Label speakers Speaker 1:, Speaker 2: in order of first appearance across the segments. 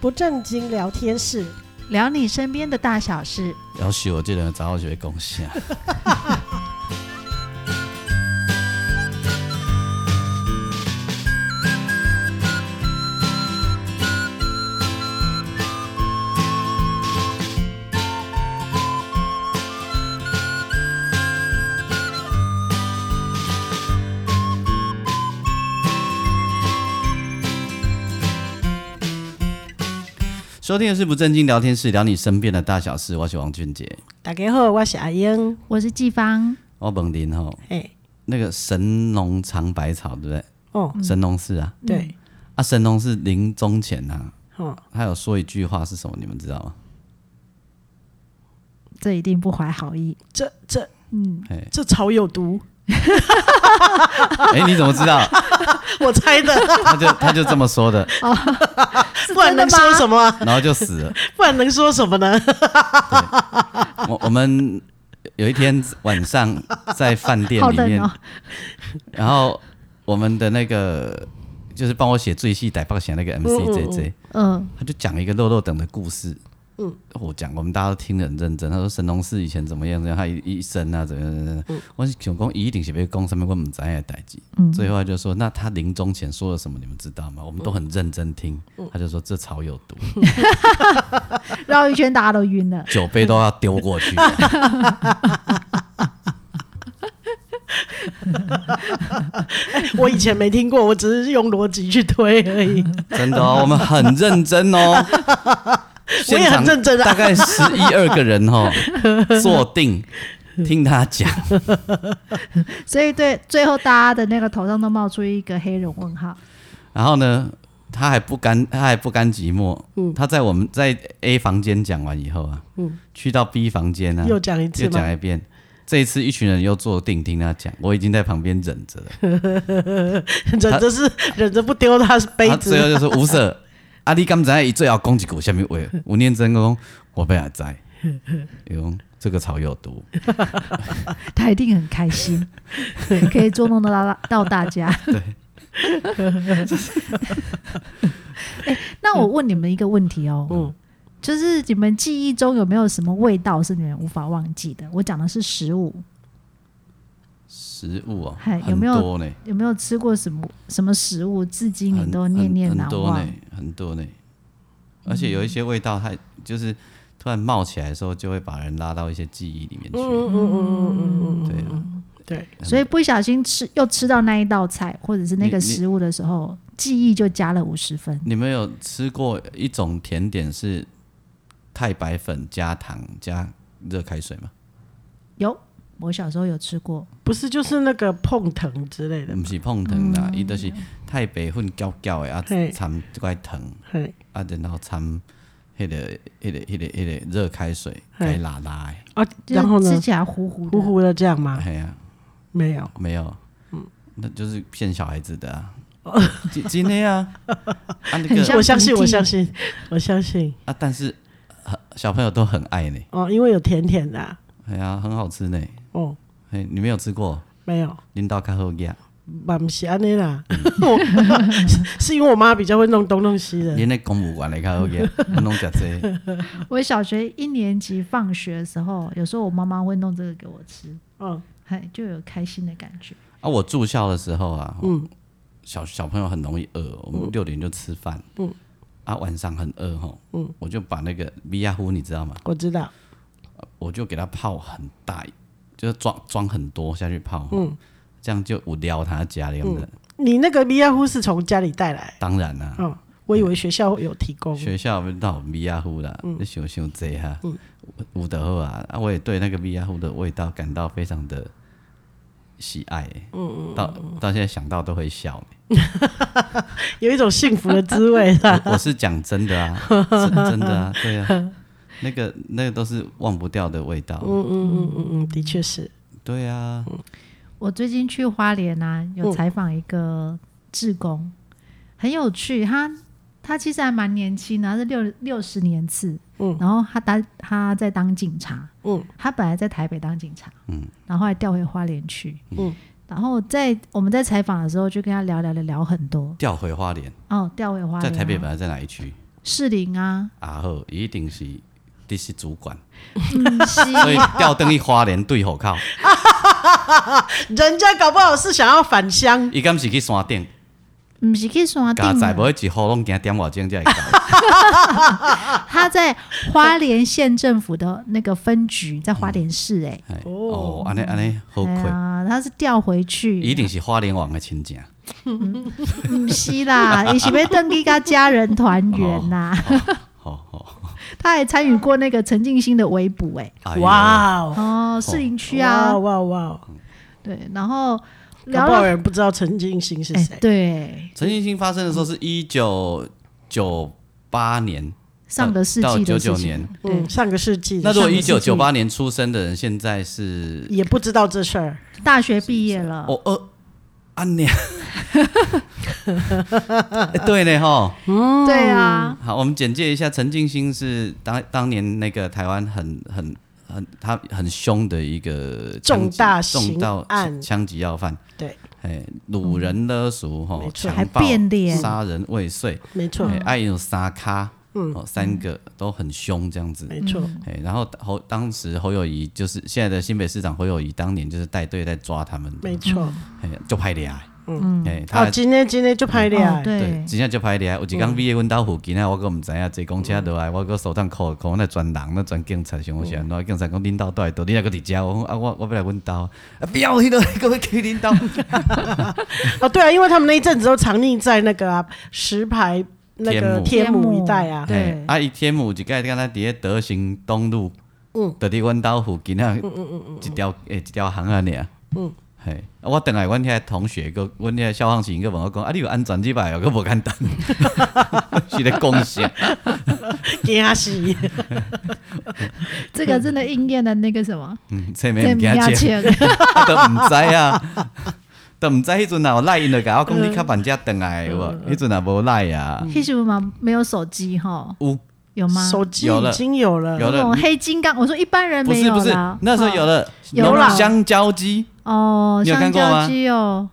Speaker 1: 不正经聊天室，
Speaker 2: 聊你身边的大小事。
Speaker 3: 要是我这人早就会贡献。 收听的是不正经聊天室，聊你身边的大小事。我是王俊杰，
Speaker 1: 大家好，我是阿英。
Speaker 2: 我是季芳，
Speaker 3: 我本林吼，
Speaker 1: 哎，
Speaker 3: 那个神农尝百草，对不对？
Speaker 1: 哦，
Speaker 3: 神农氏啊，
Speaker 1: 对，
Speaker 3: 啊，神农氏临终前啊，
Speaker 1: 哦，
Speaker 3: 他有说一句话是什么？你们知道吗？
Speaker 2: 这一定不怀好意。
Speaker 1: 这这
Speaker 2: 嗯，
Speaker 3: 哎
Speaker 1: 这草有毒，
Speaker 3: 哎，你怎么知道？
Speaker 1: 我猜 的，
Speaker 3: 他就他就这么说的，
Speaker 2: 是
Speaker 1: 不然能说什
Speaker 2: 么？
Speaker 1: 么啊？
Speaker 3: 然后就死了。
Speaker 1: 不然能说什么 呢？
Speaker 3: 我我们有一天晚上在饭店
Speaker 2: 好
Speaker 3: 里
Speaker 2: 冷
Speaker 3: 面，
Speaker 2: 哦，
Speaker 3: 然后我们的那个就是帮我写最细歹报写那个 MCJJ，、
Speaker 2: 嗯，
Speaker 3: 他就讲一个肉肉等的故事。嗯，我讲我们大家都听得很认真。他说神农氏以前怎么样怎么样，他一一生啊怎么样怎么样。
Speaker 1: 嗯
Speaker 3: 我是想讲伊一定是被讲什么我们知道的代志。嗯，最后他就说，那他临终前说了什么，你们知道吗？我们都很认真听。
Speaker 1: 嗯
Speaker 3: 他就说这草有毒，
Speaker 2: 绕一圈大家都晕了。
Speaker 3: 酒杯都要丢过去。
Speaker 1: 我以前没听过，我只是用逻辑去推而已。
Speaker 3: 真的哦，我们很认真哦。
Speaker 1: 我也很认真啊
Speaker 3: 现场大概十一二个 人哦，坐定听他讲。
Speaker 2: 所以对，最后大家的那个头上都冒出一个黑人问号。
Speaker 3: 然后呢，他还不甘，他还不甘寂寞。
Speaker 1: 嗯
Speaker 3: 他在我们在 A 房间讲完以后啊，去到 B 房间啊，
Speaker 1: 又讲一次
Speaker 3: 又
Speaker 1: 吗？
Speaker 3: 讲一遍。这一次，一群人又坐定听他讲，我已经在旁边忍着了。
Speaker 1: 忍着是忍着不丢他是杯
Speaker 3: 他
Speaker 1: 子
Speaker 3: 啊最，后就说：“吴舍， 啊，你刚才伊最后讲一句什么话？吴念真讲，我不要 在，用这个草有毒。”
Speaker 2: 他一定很开 心，可以捉弄到大到大家。对。 哎、那我问你们一个问题哦，
Speaker 1: 嗯
Speaker 2: 就是你们记忆中有没有什么味道是你们无法忘记的？我讲的是食物，
Speaker 3: 食物哦，
Speaker 2: 嗨有
Speaker 3: 很
Speaker 2: 没有
Speaker 3: 多呢，
Speaker 2: 有没有吃过什么什么食物，至今你
Speaker 3: 很
Speaker 2: 都念念
Speaker 3: 很
Speaker 2: 难
Speaker 3: 很多
Speaker 2: 忘嗯
Speaker 3: 呢？，很多呢。而且有一些味道，它就是突然冒起来的时候，就会把人拉到一些记忆里面去。
Speaker 1: 嗯嗯嗯嗯嗯，
Speaker 3: 对啊，
Speaker 1: 对，
Speaker 2: 所以不小心吃又吃到那一道菜或者是那
Speaker 3: 你
Speaker 2: 个
Speaker 3: 你
Speaker 2: 食物的时候，记忆就加了五十分。
Speaker 3: 你们有吃过一种甜点是太白粉加糖加热开水吗？
Speaker 2: 有，我小时候有吃过，
Speaker 1: 不是就是那个碰藤之类的吗，
Speaker 3: 不是碰糖
Speaker 2: 嗯
Speaker 3: 啦，伊、都是太白粉搅搅的啊
Speaker 1: 嘿，
Speaker 3: 掺这块糖
Speaker 1: 嘿，
Speaker 3: 啊，然后掺迄、个、迄、个、迄、个、迄、个热开水，
Speaker 1: 嘿
Speaker 3: 该拉拉的。
Speaker 1: 啊，
Speaker 2: 就
Speaker 1: 然后
Speaker 2: 是
Speaker 1: 呢
Speaker 2: 吃，起来糊糊的。
Speaker 1: 糊糊的这样吗？
Speaker 3: 哎呀、啊。
Speaker 1: 没有，
Speaker 3: 没有，
Speaker 2: 嗯
Speaker 3: 那就是骗小孩子的啊，今今天啊，啊那
Speaker 2: 哦很像
Speaker 3: 个
Speaker 1: 我相信，
Speaker 2: 鼻涕
Speaker 1: 我相信，我相信
Speaker 3: 啊，但是呃小朋友都很爱呢，
Speaker 1: 哦，因为有甜甜的啊、
Speaker 3: 哎呀，很好吃呢，
Speaker 1: 哦，
Speaker 3: 哎，你没有吃过？
Speaker 1: 没有，
Speaker 3: 领导开后
Speaker 2: 嗯
Speaker 3: 呀，
Speaker 1: 嘛不是安尼啦，
Speaker 3: 嗯
Speaker 1: 我 是是因为我妈比较会弄东弄西的，
Speaker 3: 连那公务员来开后呀， 我弄假这
Speaker 2: 我小学一年级放学的时候，有时候我妈妈会弄这个给我吃，
Speaker 1: 哦，
Speaker 2: 嗨，就有开心的感觉。
Speaker 3: 啊，我住校的时候啊，
Speaker 2: 嗯
Speaker 3: 小小朋友很容易饿，我们六点就吃饭，
Speaker 2: 嗯
Speaker 3: 啊，晚上很饿吼，我就把那个米亚糊你知道吗？
Speaker 1: 我知道，
Speaker 3: 我就给它泡很大，就是装装很多下去泡，嗯，这样就我撩他家里样
Speaker 2: 嗯
Speaker 3: 的。
Speaker 1: 你那个米亚糊是从家里带来，
Speaker 3: 当然啦、
Speaker 1: 哦，我以为学校有提供，
Speaker 3: 嗯学校不到米亚糊啦，你想想这哈，有的好啊，啊，我也对那个米亚糊的味道感到非常的喜爱、嗯嗯，到到现在想到都会笑、
Speaker 1: 有一种幸福的滋 味啦，
Speaker 3: 我我是讲真的啊，是真的啊，对啊，那个那个都是忘不掉的味道，
Speaker 1: 嗯嗯嗯嗯嗯，的确是，
Speaker 3: 对啊，
Speaker 2: 我最近去花莲啊，
Speaker 1: 嗯
Speaker 2: 有采访一个志工，很有趣。他他其实还蛮年轻的，他是六六十年次，
Speaker 1: 嗯
Speaker 2: 然后他当他在当警察，
Speaker 1: 嗯，
Speaker 2: 他本来在台北当警察，
Speaker 3: 嗯，
Speaker 2: 然后后来调回花莲去，
Speaker 1: 嗯，
Speaker 2: 然后在我们在采访的时候就跟他聊聊聊聊很多，
Speaker 3: 调回花莲，
Speaker 2: 哦，调回花莲啊，
Speaker 3: 在台北本来在哪一区？
Speaker 2: 士林 啊，
Speaker 3: 啊好，伊一定是你是主管，
Speaker 2: 嗯，是
Speaker 3: 所以吊灯去花莲对户口，
Speaker 1: 人家搞不好是想要返乡，
Speaker 3: 伊敢是去山顶，
Speaker 2: 唔是去山顶
Speaker 3: 加载
Speaker 2: 啊？
Speaker 3: 无一户拢惊点外钟才会到，
Speaker 2: 他在花莲县政府的那个分局，在花莲市哎、
Speaker 3: 嘿
Speaker 1: 哦
Speaker 3: 哦，安尼安尼好
Speaker 2: 哎
Speaker 3: 亏，
Speaker 2: 呀，他是调回去，
Speaker 3: 一定是花莲王的亲啊情，
Speaker 2: 不是 啦，也是被邓丽跟家人团圆呐。
Speaker 3: 哦好好，
Speaker 2: 他还参与过那个陈静心的围捕、欸，
Speaker 3: 哎呦，
Speaker 1: 哇哦，
Speaker 2: 哦，士林区啊，
Speaker 1: 哇哦哇哦，
Speaker 2: 对，然后
Speaker 1: 搞
Speaker 2: 聊
Speaker 1: 不好有
Speaker 2: 了，
Speaker 1: 人不知道陈金星是
Speaker 2: 哎、
Speaker 1: 谁，
Speaker 2: 对，
Speaker 3: 陈奕迅发生的时候是一九九八年，
Speaker 2: 上个世纪
Speaker 3: 到
Speaker 2: 的
Speaker 3: 99
Speaker 2: 事情
Speaker 3: 年，
Speaker 2: 对
Speaker 1: 嗯，，上个世纪的，
Speaker 3: 那如果
Speaker 1: 上
Speaker 3: 一
Speaker 1: 个世
Speaker 3: 九
Speaker 1: 纪
Speaker 3: 九八年出生的人，现在是
Speaker 1: 也不知道这事儿，
Speaker 2: 大学毕业了，
Speaker 1: 嗯
Speaker 3: 哦二安娘， 哎对呢哈。
Speaker 1: 嗯
Speaker 2: 对啊，
Speaker 3: 好，我们简介一下，陈静心是当当年那个台湾很很很他很凶的一个
Speaker 1: 重大
Speaker 3: 枪击
Speaker 1: 刑
Speaker 3: 重到
Speaker 1: 案
Speaker 3: 枪击要犯，
Speaker 1: 对，
Speaker 3: 哎，掳人勒赎哈
Speaker 1: 嗯没，错
Speaker 3: 强
Speaker 2: 还
Speaker 3: 暴
Speaker 2: 变脸嗯
Speaker 3: 杀人未遂，
Speaker 1: 没错
Speaker 3: 哎，，爱有沙卡，
Speaker 1: 嗯
Speaker 3: 哦，三个都很凶这样子。
Speaker 1: 没
Speaker 2: 嗯
Speaker 1: 错，
Speaker 3: 哎，然后侯当时侯友谊就是现在的新北市长侯友谊，当年就是带队在抓他们的，
Speaker 1: 没错。
Speaker 3: 哎，就拍脸，嗯，哎，他
Speaker 1: 哦，今天今天就拍的
Speaker 2: 哦
Speaker 1: 啊，
Speaker 3: 对，
Speaker 2: 对，
Speaker 3: 真正足歹掠，有
Speaker 1: 嗯
Speaker 3: 一天毕业阮兜附近啊，我阁毋知影坐公车落来，我阁手上扣扣那全人，那全警察想我是
Speaker 1: 嗯
Speaker 3: 安怎？警察讲恁兜倒来倒，你还阁伫遮，我讲啊我我要来阮兜，啊不要迄落，阁要去恁兜，
Speaker 1: 哦，对啊，因为他们那一阵子都藏匿在那个啊石牌那个
Speaker 2: 天
Speaker 1: 天
Speaker 2: 母
Speaker 1: 母一带啊，
Speaker 2: 对
Speaker 3: 嘿啊伊天母一概敢若伫咧德行东路，嗯，伫伫阮兜附近啊，一条诶一条巷仔尔，嗯，嘿，啊我等来阮遐同学个，阮遐消防员个问我讲，啊你有安全即摆哦，阁无简单， 是咧讲啥？
Speaker 1: 惊死！
Speaker 2: 这个真的应验了那个什么，
Speaker 3: 嗯，这没毋惊
Speaker 2: 这
Speaker 3: 这
Speaker 2: 不。钱，
Speaker 3: 啊都毋知啊， 都毋知迄阵啊若有赖因就甲我讲你较慢才转来有无？迄阵也无赖啊，
Speaker 2: 黑什么没有手机哈？
Speaker 3: 有
Speaker 2: 有吗？
Speaker 1: 手机
Speaker 3: 有了
Speaker 1: 已经有了，
Speaker 3: 有
Speaker 2: 那
Speaker 3: 了
Speaker 2: 种，黑金刚，我说一般人
Speaker 3: 不
Speaker 2: 没
Speaker 3: 是
Speaker 2: 有
Speaker 3: 不是
Speaker 2: 啦，
Speaker 3: 那时候有了
Speaker 2: 有
Speaker 3: 农
Speaker 2: 啦
Speaker 3: 香蕉机，
Speaker 2: 哦，
Speaker 3: 你有
Speaker 2: 香
Speaker 3: 看过
Speaker 2: 蕉
Speaker 3: 吗
Speaker 2: 鸡哦，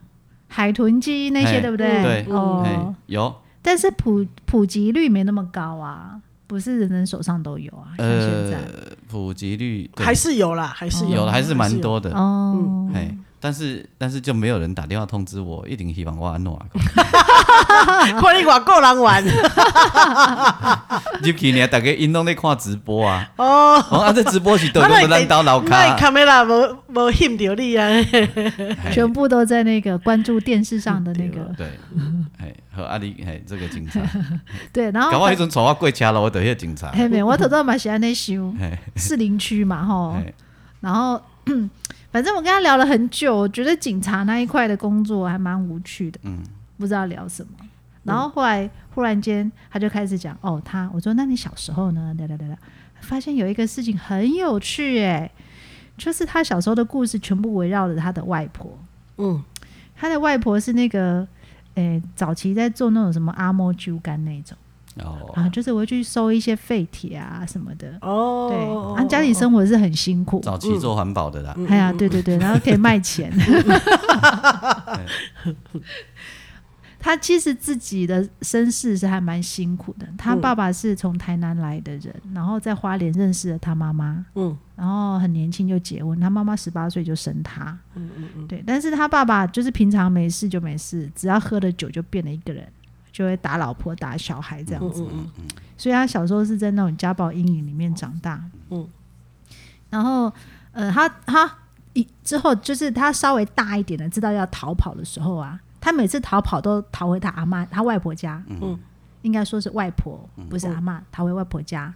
Speaker 2: 海豚鸡那些
Speaker 3: 嘿
Speaker 2: 对不
Speaker 3: 对
Speaker 2: 哦
Speaker 3: 嘿，有
Speaker 2: 但是普普及率没那么高啊，不是人人手上都有啊，像现
Speaker 3: 呃
Speaker 2: 在、
Speaker 3: 普及率对
Speaker 1: 还是有啦，还是
Speaker 3: 有
Speaker 1: 有
Speaker 2: 嗯
Speaker 3: 了，还是蛮。多的，
Speaker 2: 哦，
Speaker 3: 哎，但是但是就没有人打电话通知我，一定希望我安怎啊？
Speaker 1: 还是有看你外国人玩
Speaker 3: 入去呢，大家因拢咧看直 播啊，
Speaker 1: 哦，
Speaker 3: 哦啊这直播是都用咱兜老
Speaker 1: 那
Speaker 3: 卡，啊
Speaker 1: 卡梅拉无无翕到你 啊，
Speaker 3: 嘿
Speaker 2: 全部都在那个关注电视上的那个
Speaker 3: 对，哎和阿里哎这个警 察。
Speaker 2: 啊对，然
Speaker 3: 啊搞
Speaker 2: 后
Speaker 3: 我迄阵坐我过车路，我就迄警察。
Speaker 2: 黑妹，我头头嘛喜欢那修
Speaker 3: 嘿
Speaker 2: 士林区嘛吼，
Speaker 3: 嘿
Speaker 2: 然后 反正我跟他聊了很久，我觉得警察那一块的工作还蛮无趣的，
Speaker 3: 嗯
Speaker 2: 不知道聊什么。
Speaker 1: 嗯
Speaker 2: 然后后来忽然间他就开始讲哦，他我说那你小时候呢？ 聊聊聊聊，发现有一个事情很有趣哎，就是他小时候的故事全部围绕着他的外婆。
Speaker 1: 嗯，
Speaker 2: 他的外婆是那个，诶、早期在做那种什么阿莫猪肝那种、
Speaker 3: 哦，
Speaker 2: 啊，就是我会去收一些废铁啊什么的。对，
Speaker 1: 哦，嗯
Speaker 2: 啊，家里生活是很辛苦。
Speaker 3: 早期做环保的啦，
Speaker 2: 哎呀，对对对，然后可以卖钱。他其实自己的身世是还蛮辛苦的。他爸爸是从台南来的人，然后在花莲认识了他妈妈，
Speaker 1: 嗯
Speaker 2: 然后很年轻就结婚，他妈妈十八岁就生他。对，但是他爸爸就是平常没事就没事，只要喝了酒就变了一个人，就会打老婆、打小孩这
Speaker 1: 嗯
Speaker 2: 样子。所以他小时候是在那种家暴阴影里面长大。
Speaker 1: 嗯，
Speaker 2: 然后呃，他他一之后就是他稍微大一点的，知道要逃跑的时候啊，他每次逃跑都逃回他阿妈、他外婆家。
Speaker 1: 嗯，
Speaker 2: 应该说是外婆，不是阿妈，逃回外婆家。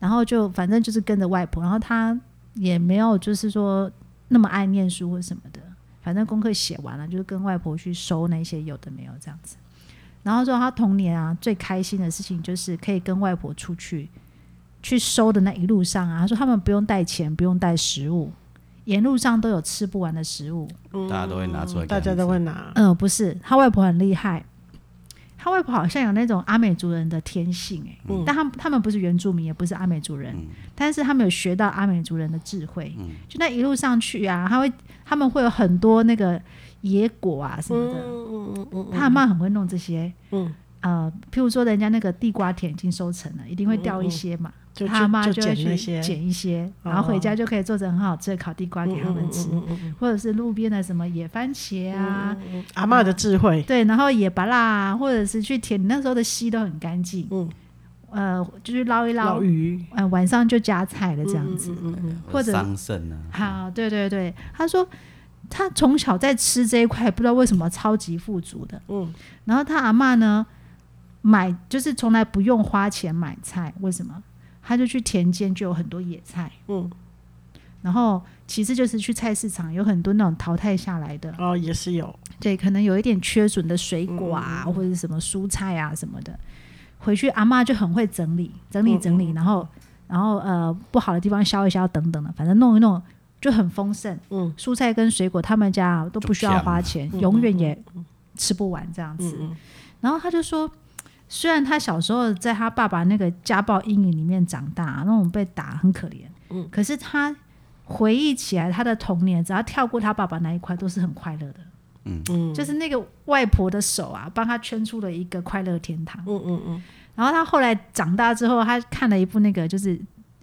Speaker 2: 然后就反正就是跟着外婆，然后他也没有就是说那么爱念书或什么的，反正功课写完了，就是跟外婆去收那些有的没有这样子。然后说他童年啊最开心的事情就是可以跟外婆出去去收的那一路上啊，他说他们不用带钱，不用带食物，沿路上都有吃不完的食物。
Speaker 3: 大家都会拿出来给他
Speaker 1: 嗯大
Speaker 3: 们吃，
Speaker 1: 家都会拿，
Speaker 2: 嗯、不是，他外婆很厉害，他外婆好像有那种阿美族人的天性、欸，
Speaker 1: 嗯
Speaker 2: 但他们他们不是原住民，也不是阿美族人，但是他们有学到阿美族人的智慧，
Speaker 1: 嗯
Speaker 2: 就那一路上去啊，他会他们会有很多那个野果啊什么的，
Speaker 1: 嗯嗯嗯嗯
Speaker 2: 他阿妈很会弄这些，
Speaker 1: 嗯
Speaker 2: 呃，譬如说人家那个地瓜田已经收成了，一定会掉一些嘛，
Speaker 1: 嗯就
Speaker 2: 他妈
Speaker 1: 就
Speaker 2: 就会
Speaker 1: 捡那
Speaker 2: 去
Speaker 1: 些，哦
Speaker 2: 捡一些，然后回家就可以做成很好吃的烤地瓜给他们吃，
Speaker 1: 嗯嗯嗯
Speaker 2: 或者是路边的什么野番茄啊，
Speaker 1: 嗯阿嬷的智慧，
Speaker 2: 对，然后野拔啦啊，或者是去田，那时候的溪都很干净，
Speaker 1: 嗯，
Speaker 2: 呃，就是捞一捞
Speaker 1: 老，鱼
Speaker 2: 呃，晚上就加菜了这样子。
Speaker 1: 嗯嗯嗯
Speaker 2: 或者
Speaker 3: 桑葚啊，
Speaker 2: 好，对对对，他说他从小在吃这一块，不知道为什么超级富足的。
Speaker 1: 嗯，
Speaker 2: 然后他阿嬷呢，买就是从来不用花钱买菜，为什么？他就去田间就有很多野菜，
Speaker 1: 嗯，
Speaker 2: 然后其次就是去菜市场有很多那种淘汰下来的，
Speaker 1: 哦也是有，
Speaker 2: 对，可能有一点缺损的水果啊，或者是什么蔬菜啊什么的，回去阿妈就很会整理，整理整理，然后然后呃不好的地方削一削等等的，反正弄一弄就很丰盛。
Speaker 1: 嗯，
Speaker 2: 蔬菜跟水果他们家啊都不需要嗯花钱，永远也吃不完这样子。然后他就说。虽然他小时候在他爸爸那个家暴阴影里面长大，那种被打很可怜，嗯，可是他回忆起来他的童年，只要跳过他爸爸那一块，都是很快乐的。
Speaker 1: 嗯
Speaker 2: 就是那个外婆的手啊，帮他圈出了一个快乐天堂。
Speaker 1: 嗯嗯嗯，
Speaker 2: 然后他后来长大之后，他看了一部那个就是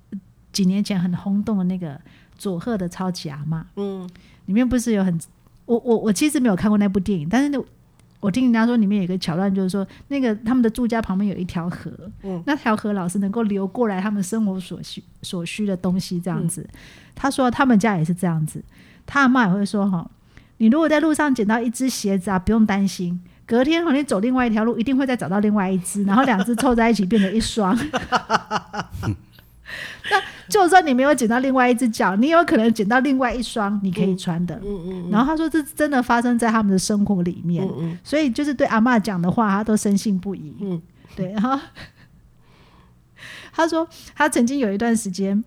Speaker 2: 呃几年前很轰动的那个佐贺的超级阿嬷，嗯，里面不是有很我我我其实没有看过那部电影，但是那我听人家说里面有一个桥段，就是说那个他们的住家旁边有一条河，嗯，那条河老是能够流过来他们生活所需所需的东西这样子。他说他们家也是这样子，他阿嬷也会说哈，你如果在路上捡到一只鞋子啊，不用担心。隔天好，你走另外一条路，一定会再找到另外一只，然后两只凑在一起变成一双。 那就算你没有捡到另外一只脚，你有可能捡到另外一双你可以穿
Speaker 1: 嗯
Speaker 2: 的。然后他说，这真的发生在他们的生活里面，所以就是对阿嬷讲的话，他都深信不疑。
Speaker 1: 嗯
Speaker 2: 对。然后 他说，他曾经有一段时间，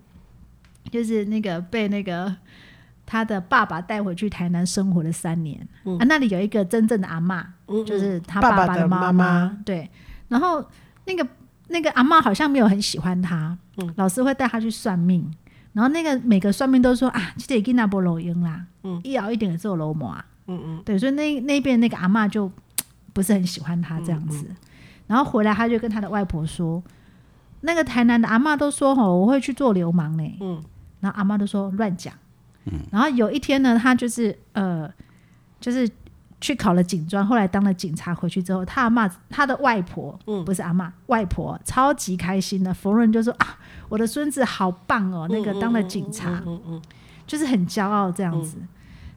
Speaker 2: 就是那个被那个他的爸爸带回去台南生活了三年，啊，那里有一个真正的阿嬷，
Speaker 1: 嗯
Speaker 2: 就是他
Speaker 1: 爸爸
Speaker 2: 爸
Speaker 1: 的
Speaker 2: 的
Speaker 1: 妈
Speaker 2: 妈
Speaker 1: 妈
Speaker 2: 对，然后那个那个阿嬷好像没有很喜欢他，
Speaker 1: 嗯
Speaker 2: 老师会带他去算命，然后那个每个算命都说啊，这个囡仔不漏音啦，一熬一点也是有漏膜啊，
Speaker 1: 嗯嗯
Speaker 2: 对，所以那那边那个阿嬷就不是很喜欢他
Speaker 1: 嗯
Speaker 2: 这样子，然后回来他就跟他的外婆说，那个台南的阿嬷都说吼，我会去做流氓呢、
Speaker 1: 嗯
Speaker 2: 然后阿妈都说乱讲。然后有一天呢，他就是呃，就是去考了警专，后来当了警察，回去之后，他阿妈他的外婆，
Speaker 1: 嗯
Speaker 2: 不是阿妈，外婆超级开心的，逢人就说啊，我的孙子好棒哦，那个当了警察，
Speaker 1: 嗯嗯，
Speaker 2: 就是很骄傲这样子。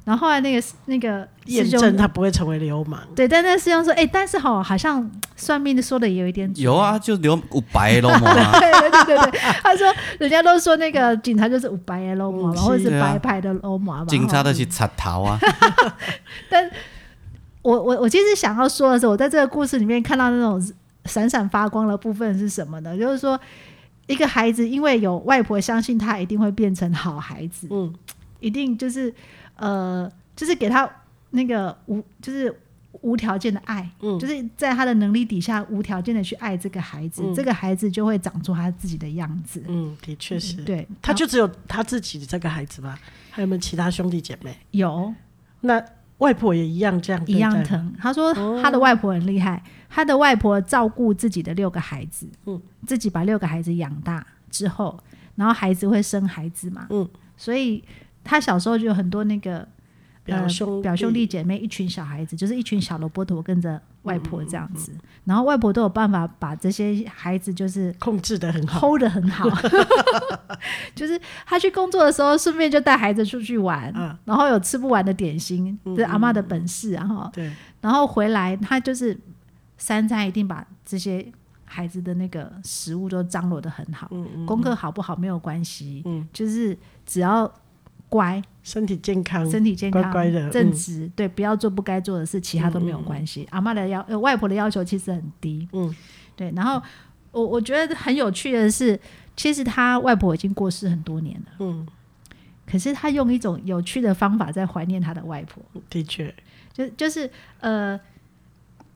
Speaker 2: 然后后来那个那个
Speaker 1: 验
Speaker 2: 师
Speaker 1: 证
Speaker 2: 兄，
Speaker 1: 他不会成为流氓，
Speaker 2: 对，但那个师兄说，哎、但是好，好像算命的说的也有一点准
Speaker 3: 有啊，就留有 白龙膜啊，
Speaker 2: 对对对对对，他说人家都说那个警察就是五白的罗马嘛，
Speaker 1: 嗯
Speaker 2: 或者是
Speaker 3: 是啊
Speaker 2: 白牌的罗马嘛。
Speaker 3: 警察
Speaker 2: 哈
Speaker 3: 都是插头 啊，
Speaker 2: 我我我其实想要说的是，我在这个故事里面看到那种闪闪发光的部分是什么呢？就是说，一个孩子因为有外婆相信他一定会变成好孩子，
Speaker 1: 嗯
Speaker 2: 一定就是呃，就是给他那个无就是无条件的爱，
Speaker 1: 嗯
Speaker 2: 就是在他的能力底下无条件的去爱这个孩子，
Speaker 1: 嗯
Speaker 2: 这个孩子就会长出他自己的样子。
Speaker 1: 嗯，的确是，
Speaker 2: 对，
Speaker 1: 他就只有他自己这个孩子吧，还有没有其他兄弟姐妹？
Speaker 2: 有
Speaker 1: 那外婆也一样这啊样对哦
Speaker 2: 一样
Speaker 1: 待
Speaker 2: 疼。他说他的外婆很厉害，他的外婆照顾自己的六个孩子，
Speaker 1: 嗯
Speaker 2: 自己把六个孩子养大之后，然后孩子会生孩子嘛，
Speaker 1: 嗯
Speaker 2: 所以他小时候就有很多那个呃
Speaker 1: 表兄
Speaker 2: 表兄弟姐妹，一群小孩子，就是一群小萝卜头跟着外婆这样
Speaker 1: 嗯
Speaker 2: 子，然后外婆都有办法把这些孩子就是
Speaker 1: 控制的很好，
Speaker 2: hold 的很 好， 就是他去工作的时候，顺便就带孩子出去玩，
Speaker 1: 嗯
Speaker 2: 然后有吃不完的点心，这是阿妈的本事、啊，然后
Speaker 1: 对，
Speaker 2: 然后回来，他就是三餐一定把这些孩子的那个食物都张罗的很好，
Speaker 1: 嗯嗯，
Speaker 2: 功课好不好没有关系，
Speaker 1: 嗯
Speaker 2: 就是只要乖，
Speaker 1: 身体健康，
Speaker 2: 身体健康，
Speaker 1: 乖乖的嗯
Speaker 2: 正直，对，不要做不该做的事，其他都没有关系。阿妈的要、呃，外婆的要求其实很低，
Speaker 1: 嗯，
Speaker 2: 对。然后我我觉得很有趣的是，其实他外婆已经过世很多年了，
Speaker 1: 嗯，
Speaker 2: 可是他用一种有趣的方法在怀念他的外婆，
Speaker 1: 的确，
Speaker 2: 就就是呃，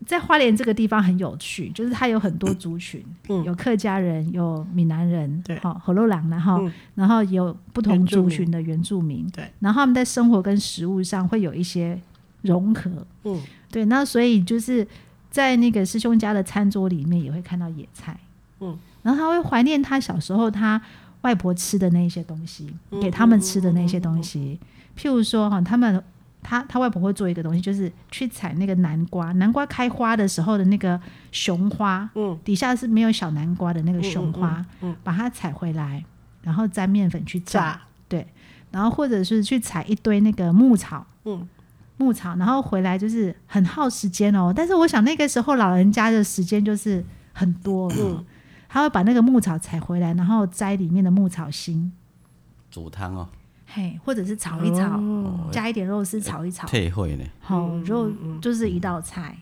Speaker 2: 在花莲这个地方很有趣，就是它有很多族群，
Speaker 1: 嗯
Speaker 2: 有客家人，有闽南人，
Speaker 1: 对
Speaker 2: 好河洛狼，然后、
Speaker 1: 嗯
Speaker 2: 然后有不同
Speaker 1: 原住
Speaker 2: 族
Speaker 1: 民
Speaker 2: 群的原住民，
Speaker 1: 对，
Speaker 2: 然后他们在生活跟食物上会有一些融合，
Speaker 1: 嗯
Speaker 2: 对，那所以就是在那个师兄家的餐桌里面也会看到野菜，嗯，然后他会怀念他小时候他外婆吃的那一些东西，
Speaker 1: 嗯
Speaker 2: 给他们吃的那些东西，譬如说哈，他们他他外婆会做一个东西，就是去采那个南瓜，南瓜开花的时候的那个雄花，嗯，底下是没有小南瓜的那
Speaker 1: 嗯
Speaker 2: 个雄花，把它采回来，然后沾面粉去炸，
Speaker 1: 炸，
Speaker 2: 对，然后或者是去采一堆那个牧草，
Speaker 1: 嗯，
Speaker 2: 牧草，然后回来就是很耗时间哦。但是我想那个时候老人家的时间就是很多了，他会把那个牧草采回来，然后摘里面的牧草心，
Speaker 3: 煮汤哦，
Speaker 2: 嘿，或者是炒一炒，
Speaker 3: 哦
Speaker 2: 加一点肉丝炒一炒，
Speaker 3: 退会呢，
Speaker 2: 好、
Speaker 1: 嗯
Speaker 2: 肉就是一道菜，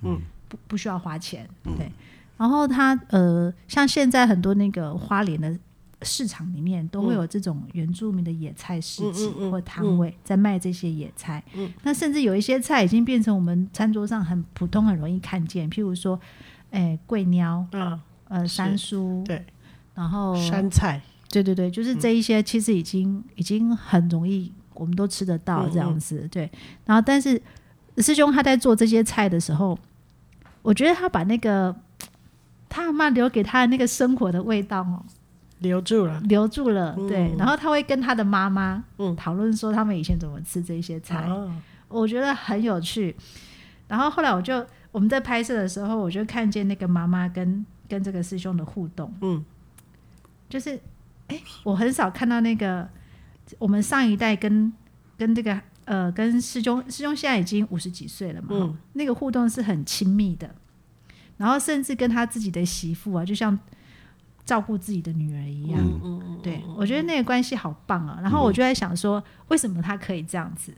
Speaker 2: 不不需要花钱，对。然后它呃，像现在很多那个花莲的市场里面都会有这种原住民的野菜市集
Speaker 1: 嗯嗯嗯嗯
Speaker 2: 或摊位在卖这些野菜，那甚至有一些菜已经变成我们餐桌上很普通、很容易看见，譬如说，哎，桂鸟、
Speaker 1: 嗯，
Speaker 2: 呃，
Speaker 1: 是
Speaker 2: 山苏，
Speaker 1: 对，
Speaker 2: 然后
Speaker 1: 嗯山菜，
Speaker 2: 对对对，
Speaker 1: 嗯
Speaker 2: 就是这一些，其实已经、已经很容易，我们都吃得到
Speaker 1: 嗯
Speaker 2: 这样子。对，然后但是师兄他在做这些菜的时候，我觉得他把那个他阿妈留给他的那个生活的味道哦，
Speaker 1: 留住了，
Speaker 2: 留住了。
Speaker 1: 嗯
Speaker 2: 对，然后他会跟他的妈妈
Speaker 1: 嗯
Speaker 2: 讨论说他们以前怎么吃这些菜，
Speaker 1: 啊，
Speaker 2: 我觉得很有趣。然后后来我就我们在拍摄的时候，我就看见那个妈妈跟跟这个师兄的互动，
Speaker 1: 嗯，
Speaker 2: 就是哎、诶我很少看到那个我们上一代跟跟这个呃跟师兄师兄现在已经五十几岁了嘛，
Speaker 1: 嗯
Speaker 2: 那个互动是很亲密的，然后甚至跟他自己的媳妇啊，就像照顾自己的女儿一样，
Speaker 1: 嗯嗯嗯，
Speaker 2: 对我觉得那个关系好棒啊。然后我就在想说，为什么他可以这样子？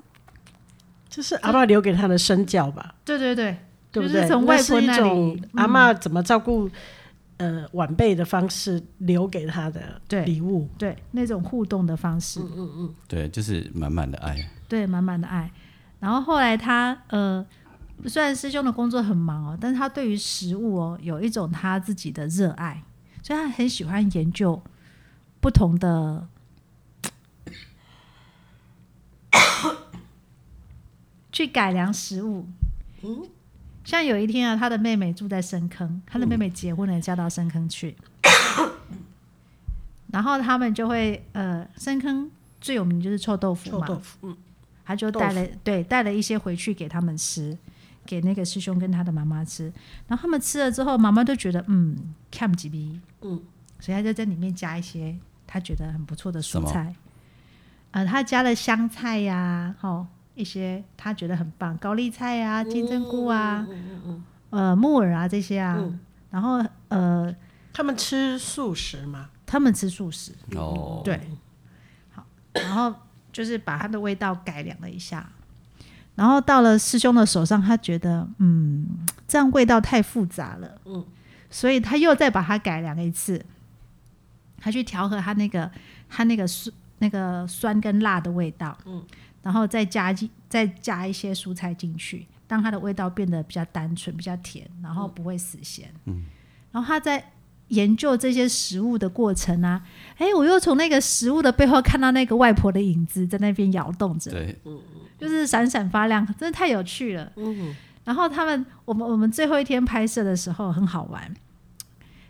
Speaker 1: 这是阿爸留给他的身教吧，
Speaker 2: 对对对，
Speaker 1: 对不
Speaker 2: 就
Speaker 1: 对？
Speaker 2: 是从外
Speaker 1: 是
Speaker 2: 婆
Speaker 1: 一
Speaker 2: 那
Speaker 1: 种
Speaker 2: 里嗯
Speaker 1: 阿妈怎么照顾呃晚辈的方式留给他的
Speaker 2: 对
Speaker 1: 礼物，
Speaker 2: 对那种互动的方式，
Speaker 3: 对，就是满满的爱，
Speaker 2: 对满满的爱。然后后来他呃，虽然师兄的工作很忙哦，但是他对于食物哦有一种他自己的热爱，所以他很喜欢研究不同的。去改良食物，
Speaker 1: 嗯
Speaker 2: 像有一天啊，他的妹妹住在深坑，他的妹妹结婚了，嫁到深 坑去，然后他们就会呃，深坑最有名就是臭豆腐
Speaker 1: 臭
Speaker 2: 嘛，
Speaker 1: 豆腐，嗯，
Speaker 2: 他就带了对带了一些回去给他们吃，给那个师兄跟他的妈妈吃。然后他们吃了之后，妈妈就觉得嗯看几逼，
Speaker 1: 嗯，
Speaker 2: 所以他就在里面加一些他觉得很不错的
Speaker 3: 什
Speaker 2: 蔬
Speaker 3: 么
Speaker 2: 菜，呃，他加了香菜呀、吼一些他觉得很棒高丽菜呀、金针菇啊，呃木耳啊这些啊，然后呃
Speaker 1: 他们吃素食嘛，
Speaker 2: 他们吃素食，
Speaker 3: 哦，
Speaker 2: 对，然后就是把它的味道改良了一下，然后到了师兄的手上，他觉得嗯，这样味道太复杂了，嗯，所以他又再把它改良一次，他去调和他那个他那个酸那个酸跟辣的味道，嗯，然后再加进再加一些蔬菜进去，让它的味道变得比较单纯、比较甜，然后不会死咸，嗯，然后他在。研究这些食物的过程啊，哎，我又从那个食物的背后看到那个外婆的影子在那边摇动着，
Speaker 3: 对，
Speaker 2: 就是闪闪发亮，真的太有趣了。
Speaker 3: 嗯
Speaker 2: 然后他们，我们我们最后一天拍摄的时候很好玩，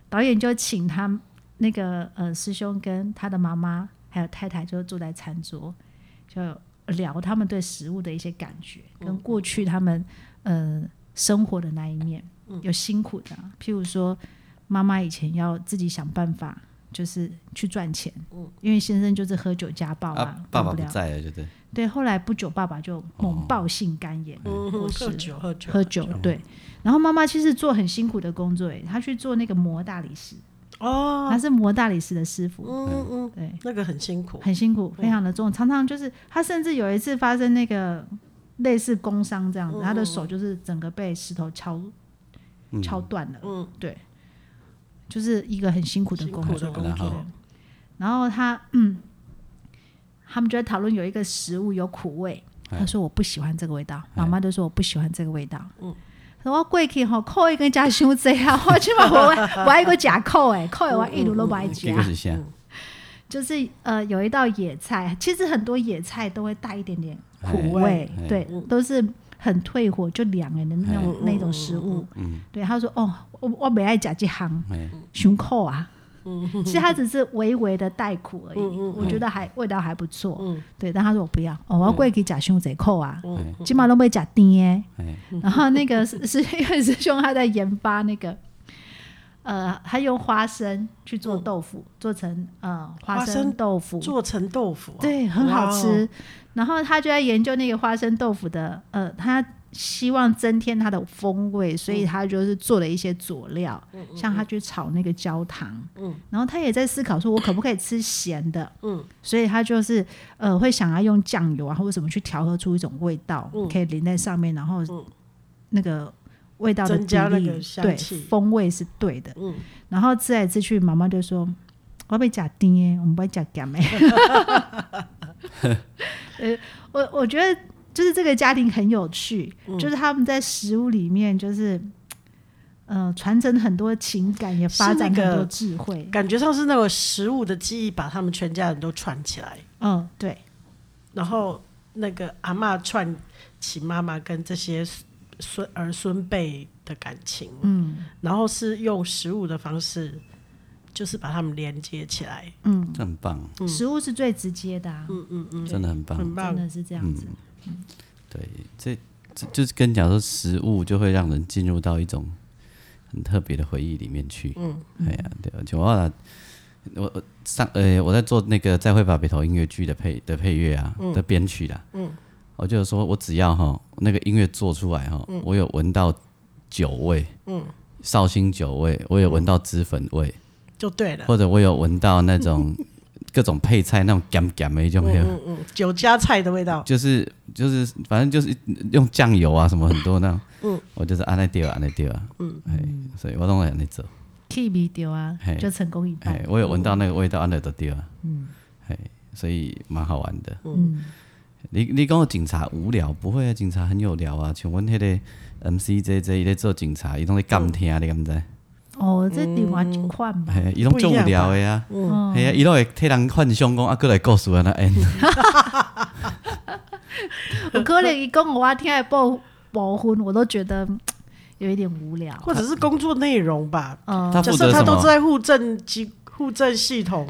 Speaker 2: 导演就请他那个呃师兄跟他的妈妈还有太太就坐在餐桌，就聊他们对食物的一些感觉，
Speaker 3: 嗯
Speaker 2: 跟过去他们呃生活的那一面，
Speaker 3: 嗯
Speaker 2: 有辛苦的啊、譬如说妈妈以前要自己想办法。就是去赚钱，因为先生就是喝酒家暴嘛，
Speaker 3: 嗯啊，爸爸
Speaker 2: 管不
Speaker 3: 不
Speaker 2: 了。
Speaker 3: 在了，就对，
Speaker 2: 对，后来不久爸爸就猛爆性肝炎，
Speaker 1: 嗯，
Speaker 2: 过世
Speaker 1: 喝酒喝酒
Speaker 2: 喝酒。对，然后妈妈其实做很辛苦的工作，欸诶她去做那个磨大理石，
Speaker 1: 哦，
Speaker 2: 她是磨大理石的师傅，
Speaker 1: 嗯嗯，
Speaker 2: 对，
Speaker 1: 那个很辛苦，
Speaker 2: 很辛苦，非常的重，常常就是她甚至有一次发生那个类似工伤这样
Speaker 1: 嗯
Speaker 2: 子，她的手就是整个被石头敲敲断了，
Speaker 1: 嗯，
Speaker 2: 对，就是一个很辛苦的工
Speaker 1: 辛苦
Speaker 2: 作
Speaker 1: 的，
Speaker 3: 工作
Speaker 2: 对然后他， 嗯，他们就在讨论有一个食物有苦味，
Speaker 1: 哎
Speaker 2: 他说我不喜欢这个味道，妈妈就说我不喜欢这个味道，嗯。我过去吼，扣一根加 伤济啊！我起码我我爱个假扣诶，扣的我
Speaker 1: 嗯
Speaker 2: 一路都不爱啊食
Speaker 3: 结。果是啥？
Speaker 2: 就是呃，有一道野菜，其实很多野菜都会带一点点
Speaker 3: 哎
Speaker 2: 苦味，
Speaker 3: 哎
Speaker 2: 对，都是很退火，就凉的那种那种食物。
Speaker 3: 嗯
Speaker 2: 对，他说哦，我我没爱吃这行，
Speaker 3: 嘿
Speaker 2: 熊扣啊。
Speaker 1: 嗯
Speaker 2: 其实他只是微微的带苦而已，我觉得还味道还不错。
Speaker 1: 嗯
Speaker 2: 对，但他说我不要，哦，我要过去假胸贼扣啊，
Speaker 1: 嗯
Speaker 2: 起码都被假丁耶。
Speaker 3: 嘿
Speaker 2: 然后那个师师因为师兄他在研发那个，呃，他用花生去做豆腐，做成呃花
Speaker 1: 哦花生
Speaker 2: 豆腐，
Speaker 1: 做成豆腐、啊，
Speaker 2: 对，很好
Speaker 1: 哇
Speaker 2: 吃。然后他就在研究那个花生豆腐的，呃，他希望增添它的风味，所
Speaker 1: 嗯
Speaker 2: 以他就是做了一些佐料，像他去炒那个焦糖，嗯，然后他也在思考说，我可不可以吃咸的，嗯，所以他就是呃会想要用酱油啊或者什么去调和出一种味道，
Speaker 1: 嗯
Speaker 2: 可以淋在上面，然后那个。味道的
Speaker 1: 增
Speaker 2: 比
Speaker 1: 加那
Speaker 2: 例
Speaker 1: 个香
Speaker 2: 对
Speaker 1: 气
Speaker 2: 风味是对的，
Speaker 1: 嗯
Speaker 2: 然后吃来吃去，妈妈就说：“我被假甜耶，我们不会假咸的。” 呃我我觉得就是这个家庭很有趣，
Speaker 1: 嗯
Speaker 2: 就是他们在食物里面就是，呃，传承很多情感，也发展
Speaker 1: 是那
Speaker 2: 很
Speaker 1: 个
Speaker 2: 多智慧。
Speaker 1: 感觉上是嗯那个食物的记忆把他们全家人都串起来，
Speaker 2: 嗯，对，
Speaker 1: 然后那个阿嬷串起妈妈跟这些孙儿孙辈的感情，
Speaker 2: 嗯
Speaker 1: 然后是用食物的方式，就是把他们连接起来，
Speaker 2: 嗯，
Speaker 3: 这很棒，
Speaker 2: 食物是最直接的、啊，
Speaker 1: 嗯嗯嗯，
Speaker 3: 真的很棒。
Speaker 1: 很
Speaker 2: 真
Speaker 1: 棒，
Speaker 2: 的是这样子。
Speaker 3: 嗯对，这这就是跟你讲说，食物就会让人进入到一种很特别的回忆里面去。嗯，哎呀，对，而且我后来我我上呃我在做那个《再会吧北投》音乐剧的配的配乐啊、的编曲啦，嗯，我就说我只要哈那个音乐做出来哈，我有闻到酒味，嗯，绍兴酒味，我有闻到脂粉味，
Speaker 1: 就对了。
Speaker 3: 或者我有闻到那种 各种配菜那种咸咸的一种味道。
Speaker 1: 嗯嗯，酒家菜的味道，
Speaker 3: 就是就是，反正就是用酱油啊什么很多那样， 我就是按那丢按那丢啊，嗯，哎，所以我拢会安尼做，
Speaker 2: K B 丢啊
Speaker 3: 嘿，
Speaker 2: 就成功一
Speaker 3: 哎
Speaker 2: 半，。
Speaker 3: 我有闻到那个味道，按那都丢啊，嗯，哎，所以蛮好玩的，
Speaker 2: 嗯，
Speaker 3: 你你讲警察无聊，不会啊，警察很有聊啊，像阮迄个 MCJJ 伊咧做警察，伊拢咧监听，你敢不知？
Speaker 2: 哦，这另外一款吧。
Speaker 3: 嘿，伊拢足无聊的啊，嘿
Speaker 2: 嗯
Speaker 3: 啊，伊拢会替人幻想讲啊，过来故事安那演，
Speaker 2: 我可能一共我听的部部分，我都觉得嗯有一点无聊。
Speaker 1: 或者是工作内容吧。
Speaker 2: 嗯，
Speaker 3: 他
Speaker 1: 假
Speaker 3: 负
Speaker 1: 设
Speaker 3: 责
Speaker 1: 他
Speaker 3: 什
Speaker 1: 都
Speaker 3: 么？
Speaker 1: 在户政机户政系统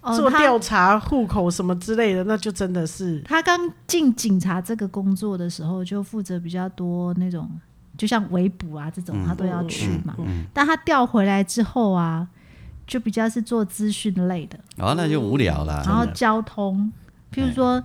Speaker 2: 哦
Speaker 1: 做
Speaker 2: 他
Speaker 1: 调查、户口什么之类的，那就真的是
Speaker 2: 他刚进警察这个工作的时候，就负责比较多那种，就像围捕啊这种，他都要去嘛。
Speaker 3: 嗯
Speaker 2: 但他调回来之后啊，就比较是做资讯类的，
Speaker 3: 哦，那就无聊啦，
Speaker 2: 然后交通，譬如说。
Speaker 3: 哎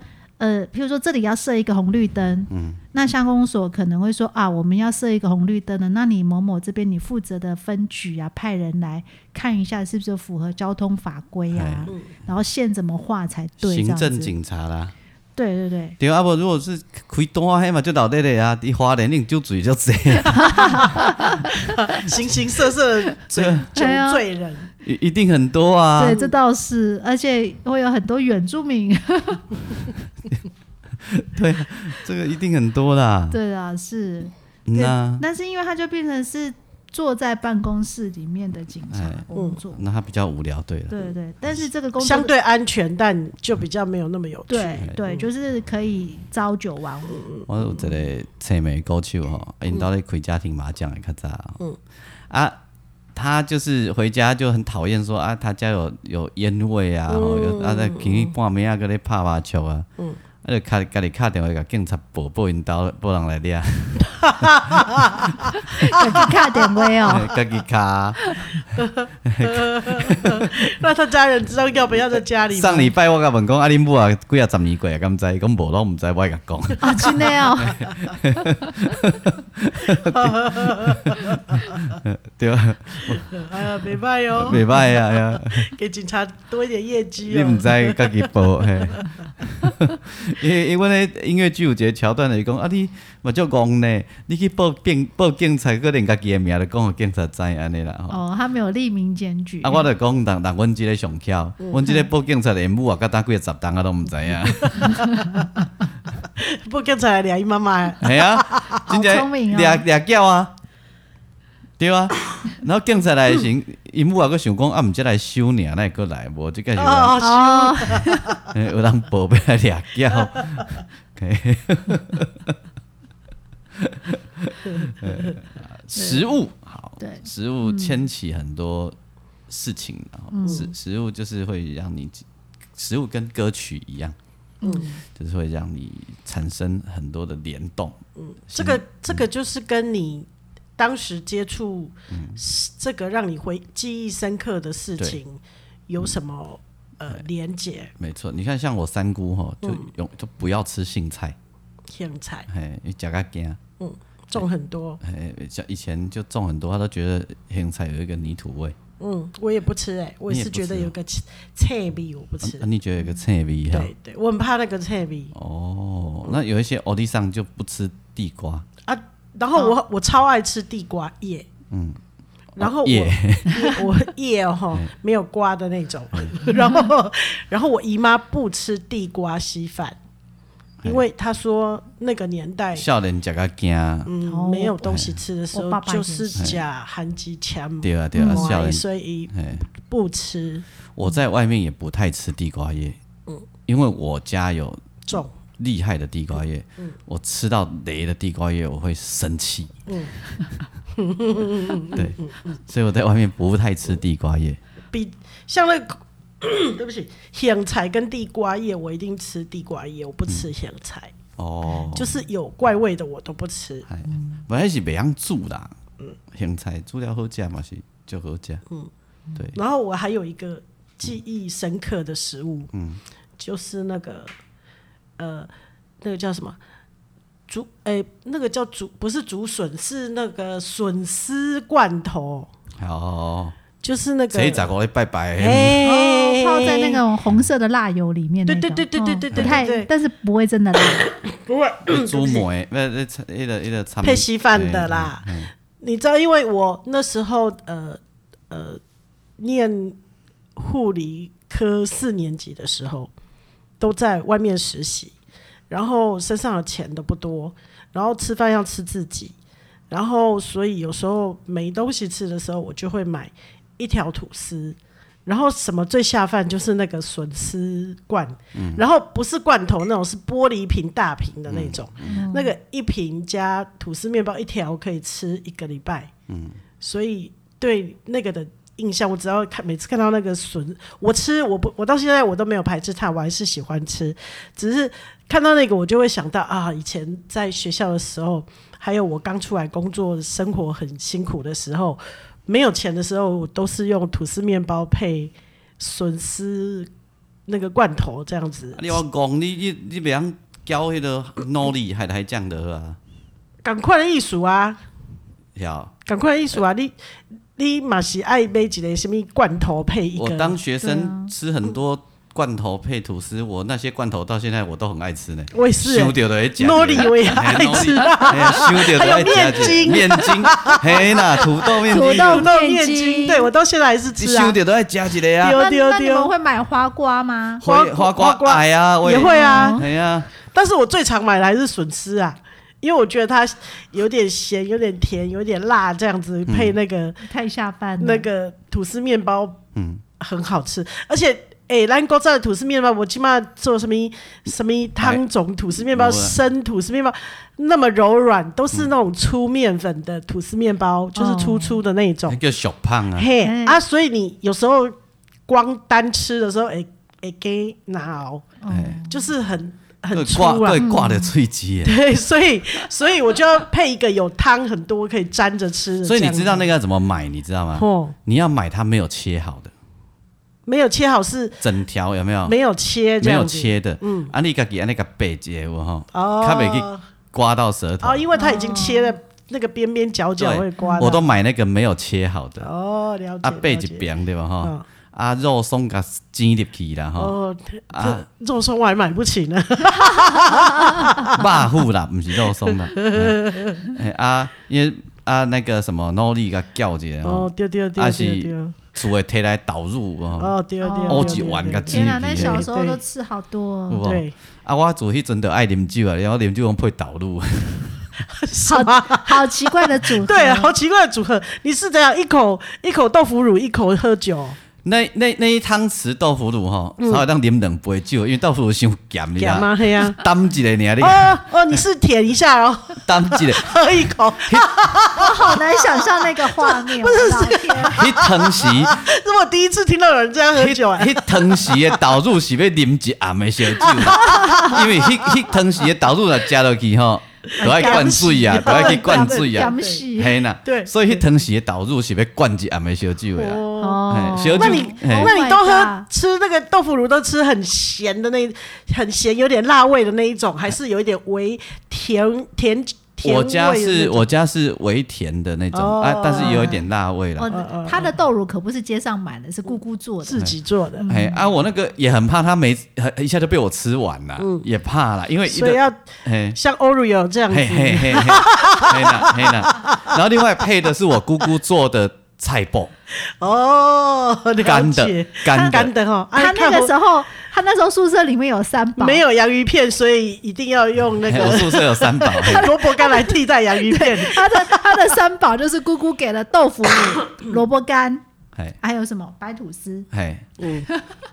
Speaker 2: 呃，譬如说这里要设一个红绿灯，
Speaker 3: 嗯
Speaker 2: 那乡公所可能会说啊，我们要设一个红绿灯的，那你某某这边你负责的分局啊，派人来看一下是不是符合交通法规啊，然后线怎么画才对，这
Speaker 3: 哎行
Speaker 2: 样子
Speaker 3: 政，警察啦。
Speaker 2: 对对对，
Speaker 3: 对啊，无如果是开单迄嘛，就老底的啊，伊花莲恁酒醉就济啊，
Speaker 1: 形形色色的
Speaker 3: 所以
Speaker 1: 酒
Speaker 2: 对啊
Speaker 1: 醉人。
Speaker 3: 一一定很多啊。
Speaker 2: 对，这倒是，而且会有很多原住民。
Speaker 3: 这个一定很多啦。
Speaker 2: 对啊，是，
Speaker 3: 嗯啊，
Speaker 2: 但是因为他就变成是坐在办公室里面的警察
Speaker 3: 哎
Speaker 2: 工作。
Speaker 3: 那他比较无聊，对了。
Speaker 2: 对对，但是这个工
Speaker 1: 嗯相
Speaker 2: 作。
Speaker 1: 对哎嗯安全，但就比较没有那么有趣。
Speaker 2: 对对，就是可以朝九晚五，
Speaker 3: 我有一个青梅高手吼，因兜咧开家庭麻将的较早。嗯啊，他就是回家就很讨厌说啊，他家有有烟味啊，吼、有啊在今日半暝啊，搁咧拍麻将啊。嗯。啊！就敲家己敲电话甲警察报报因兜报人来掠，
Speaker 2: 可以卡哎点 位哦。
Speaker 3: 家己敲。
Speaker 1: 那他家人知道要不要在家里吗
Speaker 3: 上礼拜我甲问讲，啊，恁母啊几啊十年过啊，敢知？讲无，拢毋知，我甲 讲。
Speaker 2: 啊，真的哦，
Speaker 3: 对啊，
Speaker 1: 哎呀，没办哟，
Speaker 3: 袂歹啊，哎呀，
Speaker 1: 给警察多一点业绩
Speaker 3: 你毋
Speaker 1: 哦。
Speaker 3: 知家己报嘿。 因为因为阮咧音乐剧有一个桥段就是讲，啊你嘛足戆呢，你去报警报警察，可能家己的名就讲互警察知安尼啦吼。
Speaker 2: 哦，他没有利民检举。
Speaker 3: 啊，我就讲人人阮即个上巧，阮即个报警察的母啊，甲搭几个十档啊都毋知影。
Speaker 1: 不刚才俩姨妈妈，
Speaker 3: 系啊，真
Speaker 2: 聪
Speaker 3: 正
Speaker 2: 明哦
Speaker 3: 掠掠叫啊，对啊。然后警察来的时候，因母啊，佫想讲啊，毋则来收尔，那佫来无，即个是有人呃
Speaker 1: 哦，
Speaker 2: 哦，
Speaker 3: 嘿有人报备来掠叫。嘿 食物好，
Speaker 2: 对
Speaker 3: 食物牵起很多事情，然后食食物就是会让你，食物跟歌曲一样，嗯，就是会让你产生很多的联动，
Speaker 1: 这个这个就是跟你当时接触这个让你回记忆深刻的事情有什么呃连结？
Speaker 3: 没错。你看，像我三姑哈，
Speaker 1: 嗯
Speaker 3: 就永就不要吃杏菜，
Speaker 1: 天才
Speaker 3: 嘿，你夹个惊，
Speaker 1: 种很多，
Speaker 3: 嘿，像以前就种很多，他都觉得杏菜有一个泥土味，
Speaker 1: 嗯，我也不吃哎、我也是觉得有个菜菜味我不吃
Speaker 3: 啊，，你觉得有一个菜味哈？
Speaker 1: 对对，我很怕那个菜味
Speaker 3: 哦，那有一些欧弟上就不吃地瓜，
Speaker 1: 啊。然后我、我超爱吃地瓜叶，嗯，然后我、
Speaker 3: 也
Speaker 1: 叶我叶哦，没有瓜的那种。然后，然后我姨妈不吃地瓜稀饭，因为她说那个年代，
Speaker 3: 少年食较惊，
Speaker 2: 哦
Speaker 1: 嗯，没有东西吃的时
Speaker 2: 我
Speaker 1: 候
Speaker 2: 爸，爸也
Speaker 1: 就是是假含鸡枪，
Speaker 3: 对啊对啊，少年，
Speaker 1: 嗯所以
Speaker 3: 嘿，
Speaker 1: 不吃
Speaker 3: 我在外面也不太吃地瓜叶，
Speaker 1: 嗯
Speaker 3: 因为我家有
Speaker 1: 重。
Speaker 3: 厉害的地瓜叶，
Speaker 1: 嗯
Speaker 3: 我吃到雷的地瓜叶我会生气，
Speaker 1: 嗯
Speaker 3: 对，所以我在外面不太吃地瓜
Speaker 1: 嗯
Speaker 3: 叶，
Speaker 1: 比像那个 对不起，香菜跟地瓜叶，我一定吃地瓜叶，我不吃香菜，
Speaker 3: 哦，
Speaker 1: 就是有怪味的我都不吃。
Speaker 3: 哎，本来是袂样煮啦，香菜煮了好食嘛是就好食，
Speaker 1: 嗯然后我还有一个记忆深刻的食物，嗯，就是那个呃，那个叫什么竹？哎、那个叫竹，不是竹笋，是那个笋丝罐头，
Speaker 3: 好，
Speaker 1: 就是那个
Speaker 3: 这一集我来拜拜。
Speaker 1: 哎、
Speaker 2: 哦，泡在那个红色的辣油里面那种，
Speaker 1: 对对对对对对
Speaker 2: 嗯
Speaker 1: 对
Speaker 2: 不太
Speaker 1: 对对
Speaker 2: 但是不会真的辣，
Speaker 1: 不会
Speaker 3: 猪梅，嗯那那那个那个参
Speaker 1: 配稀饭的啦。你知道，因为我那时候呃呃念护理科四年级的时候，都在外面实习，然后身上的钱都不多，然后吃饭要吃自己，然后所以有时候没东西吃的时候，我就会买一条吐司。然后什么最下饭就是那个笋丝罐，嗯然后不是罐头那种，是玻璃瓶大瓶的那种，那个一瓶加吐司面包一条可以吃一个礼拜，嗯，所以对那个的印象，我只要看每次看到那个笋，我吃我不我到现在我都没有排斥它，我还是喜欢吃，只是看到那个我就会想到啊，以前在学校的时候，还有我刚出来工作生活很辛苦的时候，没有钱的时候，我都是用吐司面包配笋丝那个罐头这样子
Speaker 3: 啊，你我讲，你你你袂晓交迄个努力，还还酱的啊，
Speaker 1: 赶快的艺术啊！
Speaker 3: 晓？
Speaker 1: 赶快艺术啊！你你嘛是爱买一个什么罐头配一
Speaker 3: 我
Speaker 1: 个？
Speaker 3: 当学
Speaker 2: 对
Speaker 3: 生
Speaker 2: 啊
Speaker 3: 吃很多罐头配吐司，我那些罐头到现在我都很爱吃呢。
Speaker 1: 我也是、
Speaker 3: 收
Speaker 1: 欸，
Speaker 3: 掉的会吃，
Speaker 1: 努力我也 爱吃啊
Speaker 3: 哎呀，收掉的会
Speaker 1: 还有
Speaker 3: 吃
Speaker 1: 面筋
Speaker 3: 面筋，嘿啦，土豆面
Speaker 2: 土
Speaker 3: 筋，
Speaker 2: 豆
Speaker 1: 土豆面
Speaker 2: 面
Speaker 1: 筋，
Speaker 2: 筋
Speaker 1: 对我到现在还是
Speaker 3: 你
Speaker 1: 吃
Speaker 3: 收
Speaker 1: 啊，
Speaker 3: 掉的会吃一个啊，
Speaker 1: 丢
Speaker 2: 那
Speaker 1: 丢
Speaker 2: 那你们
Speaker 1: 丢，
Speaker 2: 会买花瓜吗？
Speaker 1: 花
Speaker 3: 花
Speaker 1: 花瓜
Speaker 3: 哎呀，我
Speaker 1: 也，会啊。
Speaker 3: 哎呀，
Speaker 1: 但是我最常买的还是笋丝啊，因为我觉得它有点咸，有点甜，有点辣，这样子
Speaker 3: 嗯
Speaker 1: 配那个、
Speaker 2: 太下饭了，
Speaker 1: 那个吐司面包，嗯，很好吃，而且。哎，咱国产的吐司面包，我起码做什么什么汤种吐司面包、
Speaker 3: 哎
Speaker 1: 生吐司面包，那么柔软，都是那种粗面粉的吐司面包，
Speaker 3: 哦
Speaker 1: 就是粗粗的那种
Speaker 3: 那。哎叫小胖啊，
Speaker 1: 嘿
Speaker 2: 哎
Speaker 1: 啊，所以你有时候光单吃的时候，哎哎给挠，
Speaker 3: 哎，
Speaker 1: 就是很
Speaker 3: 还
Speaker 1: 很粗
Speaker 3: 挂
Speaker 1: 啊嗯
Speaker 3: 还。挂的脆鸡耶。
Speaker 1: 对，所以所以我就要配一个有汤很多可以沾着吃的这
Speaker 3: 所
Speaker 1: 样子。
Speaker 3: 以你知道那个要怎么买，你知道吗？
Speaker 1: 哦，
Speaker 3: 你要买它没有切好的，
Speaker 1: 没有切好是
Speaker 3: 整条有没有？
Speaker 1: 没有切这
Speaker 3: 啊没有
Speaker 1: 样子。
Speaker 3: 切的，嗯，啊，你自己按那个背节我哈，
Speaker 1: 哦，
Speaker 3: 它袂去刮到舌头
Speaker 1: 哦，。因为它已经切了那个边边角角会刮到。
Speaker 3: 我都买那个没有切好的，
Speaker 1: 嗯哦了解
Speaker 3: 啊，背
Speaker 1: 了
Speaker 3: 一
Speaker 1: 解
Speaker 3: 边对吧哈
Speaker 1: 嗯？
Speaker 3: 啊，肉松给煎入去 啦哈，
Speaker 1: 哦，
Speaker 3: 啊
Speaker 1: 这肉松我还买不起呢。
Speaker 3: 肉糊啦，不是肉松啦。哎哎啊，因为啊那个什么努力给搅一下
Speaker 1: 哦
Speaker 3: 吼，，
Speaker 1: 丢丢丢
Speaker 3: 啊是
Speaker 1: 丢丢，
Speaker 3: 厝的摕来导入哦。
Speaker 1: 哦丢丢，
Speaker 3: 哦
Speaker 1: 丢
Speaker 3: 一碗
Speaker 1: 丢
Speaker 3: 个
Speaker 1: 丢
Speaker 2: 天哪，
Speaker 3: 鸡
Speaker 2: 那
Speaker 3: 皮
Speaker 2: 小时候
Speaker 1: 对
Speaker 2: 都吃好多
Speaker 3: 有
Speaker 2: 哦，
Speaker 3: 无
Speaker 1: 对，
Speaker 3: 啊，我做迄阵就爱啉酒啊，然后啉酒用配导入，
Speaker 1: 什么？
Speaker 2: 好奇 怪的组合，
Speaker 1: 啊 对，好奇怪的组合。你是怎样一口一口豆腐乳，一口喝酒？
Speaker 3: 那那那一汤匙豆腐乳吼，稍微当啉两杯酒，因为豆腐乳伤咸
Speaker 1: 嗯
Speaker 3: 你
Speaker 1: 咸
Speaker 3: 啊，
Speaker 1: 啊，嘿 啊。
Speaker 3: 担一个尔你
Speaker 1: 哦哦，你是舔一下哦，
Speaker 3: 担一个，
Speaker 1: 喝一口，
Speaker 2: 我好难想象那个画面，不是这个，
Speaker 3: 迄汤匙，
Speaker 1: 这我第一次听到有人这样喝酒哎、
Speaker 3: 迄汤匙的导入是要啉一暗的烧酒，因为迄迄汤匙的导入若食落去吼，都爱灌水啊，都爱去灌水啊，
Speaker 2: 江西
Speaker 3: 嘿呐，
Speaker 1: 对
Speaker 3: 所以迄汤匙的导入是要灌一暗的烧酒的啦，
Speaker 1: 哦，
Speaker 2: 哦，
Speaker 3: 呃嘿小
Speaker 1: 那你
Speaker 3: 嘿
Speaker 1: 那你都
Speaker 2: Oh my
Speaker 1: 喝
Speaker 2: God
Speaker 1: 吃那个豆腐乳都吃很咸的那很咸有点辣味的那一种，还是有一点微甜甜甜
Speaker 3: 我
Speaker 1: 味的
Speaker 3: 家
Speaker 1: 那种？
Speaker 3: 是我家是微甜的那种啊，但是也有一点辣味
Speaker 1: 嗯
Speaker 3: 啦。
Speaker 2: 哦，他的豆乳可不是街上买的，是姑姑做的
Speaker 1: 自。己做的，
Speaker 3: 哎啊，我那个也很怕它没很一下就被我吃完了，也怕啦，因为一
Speaker 1: 所以
Speaker 3: 个
Speaker 1: 要
Speaker 3: 哎
Speaker 1: 像 Oreo 这样
Speaker 3: 嘿嘿
Speaker 1: 子。
Speaker 3: 嘿嘿，嘿啦嘿啦，然后另外配的是我姑姑做的菜脯，
Speaker 1: 哦，了解
Speaker 3: 干的干的
Speaker 1: 干的哈，啊
Speaker 2: 他那
Speaker 1: 看
Speaker 2: 个
Speaker 1: 我
Speaker 2: 时候，他那时候宿舍里面有三宝，
Speaker 1: 没有洋芋片，所以一定要用那
Speaker 3: 嘿我
Speaker 1: 个
Speaker 3: 宿舍有三宝，嘿
Speaker 1: 萝卜干来替代洋芋片。
Speaker 2: 他的他的三宝就是姑姑给了豆腐乳、 萝卜干，
Speaker 3: 嘿
Speaker 2: 还有什么白吐司。
Speaker 3: 嘿
Speaker 1: 嗯，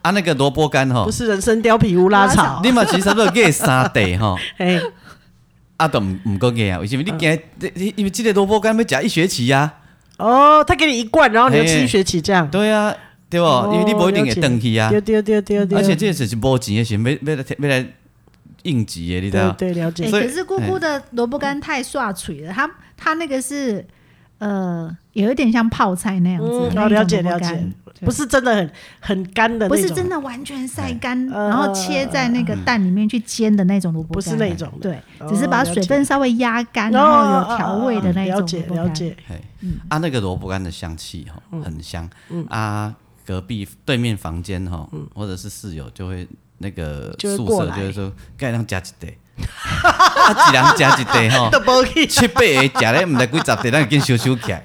Speaker 3: 啊那个萝卜干吼
Speaker 1: 不，是人参貂皮乌拉
Speaker 2: 乌拉
Speaker 1: 草
Speaker 2: 草，
Speaker 3: 你嘛其实差不多给三袋吼，
Speaker 1: 哎，
Speaker 3: 啊都唔唔够给啊，为什么你给？你你因为这个萝卜干要食一学期啊。
Speaker 1: 哦，他给你一罐，然后你就吃
Speaker 3: 嘿
Speaker 1: 一学期这样。
Speaker 3: 对啊，对不？
Speaker 1: 哦
Speaker 3: 因为你不一定会登去啊
Speaker 1: 对，对对对对，
Speaker 3: 而且这只是无钱的时候，要要来要来应急的，你知
Speaker 1: 对
Speaker 3: 道？
Speaker 1: 对了解
Speaker 2: 哎，
Speaker 3: 所以
Speaker 2: 可是姑姑的萝卜干太刷嘴了，他他那个是呃，有一点像泡菜那样子
Speaker 1: 嗯，
Speaker 2: 那
Speaker 1: 哦
Speaker 2: 一种
Speaker 1: 了解
Speaker 2: 萝
Speaker 1: 了
Speaker 2: 卜干
Speaker 1: 解，不是真的很很干的那种，啊
Speaker 2: 不是真的完全晒干，
Speaker 3: 嗯
Speaker 1: 呃
Speaker 2: 然后切在那个蛋里面去煎的那种萝卜
Speaker 1: 不
Speaker 2: 干，啊
Speaker 1: 是那种的，
Speaker 2: 对，
Speaker 1: 哦
Speaker 2: 只是把水分稍微压干，然
Speaker 1: 哦
Speaker 2: 后有调味的那
Speaker 1: 了
Speaker 2: 种
Speaker 1: 解
Speaker 2: 萝卜
Speaker 1: 了
Speaker 2: 干。
Speaker 1: 解，
Speaker 3: 嘿
Speaker 1: 嗯
Speaker 3: 啊，那个萝卜干的香气哈，很香啊。隔壁对面房间哈，或者是室友就会那个
Speaker 1: 嗯就会
Speaker 3: 宿
Speaker 1: 过
Speaker 3: 舍
Speaker 1: 来
Speaker 3: 就会说，盖人加一袋， 啊，一人加一袋 哈
Speaker 1: 都，不去，
Speaker 3: 七八个食咧，毋知几十袋，咱紧收收起来。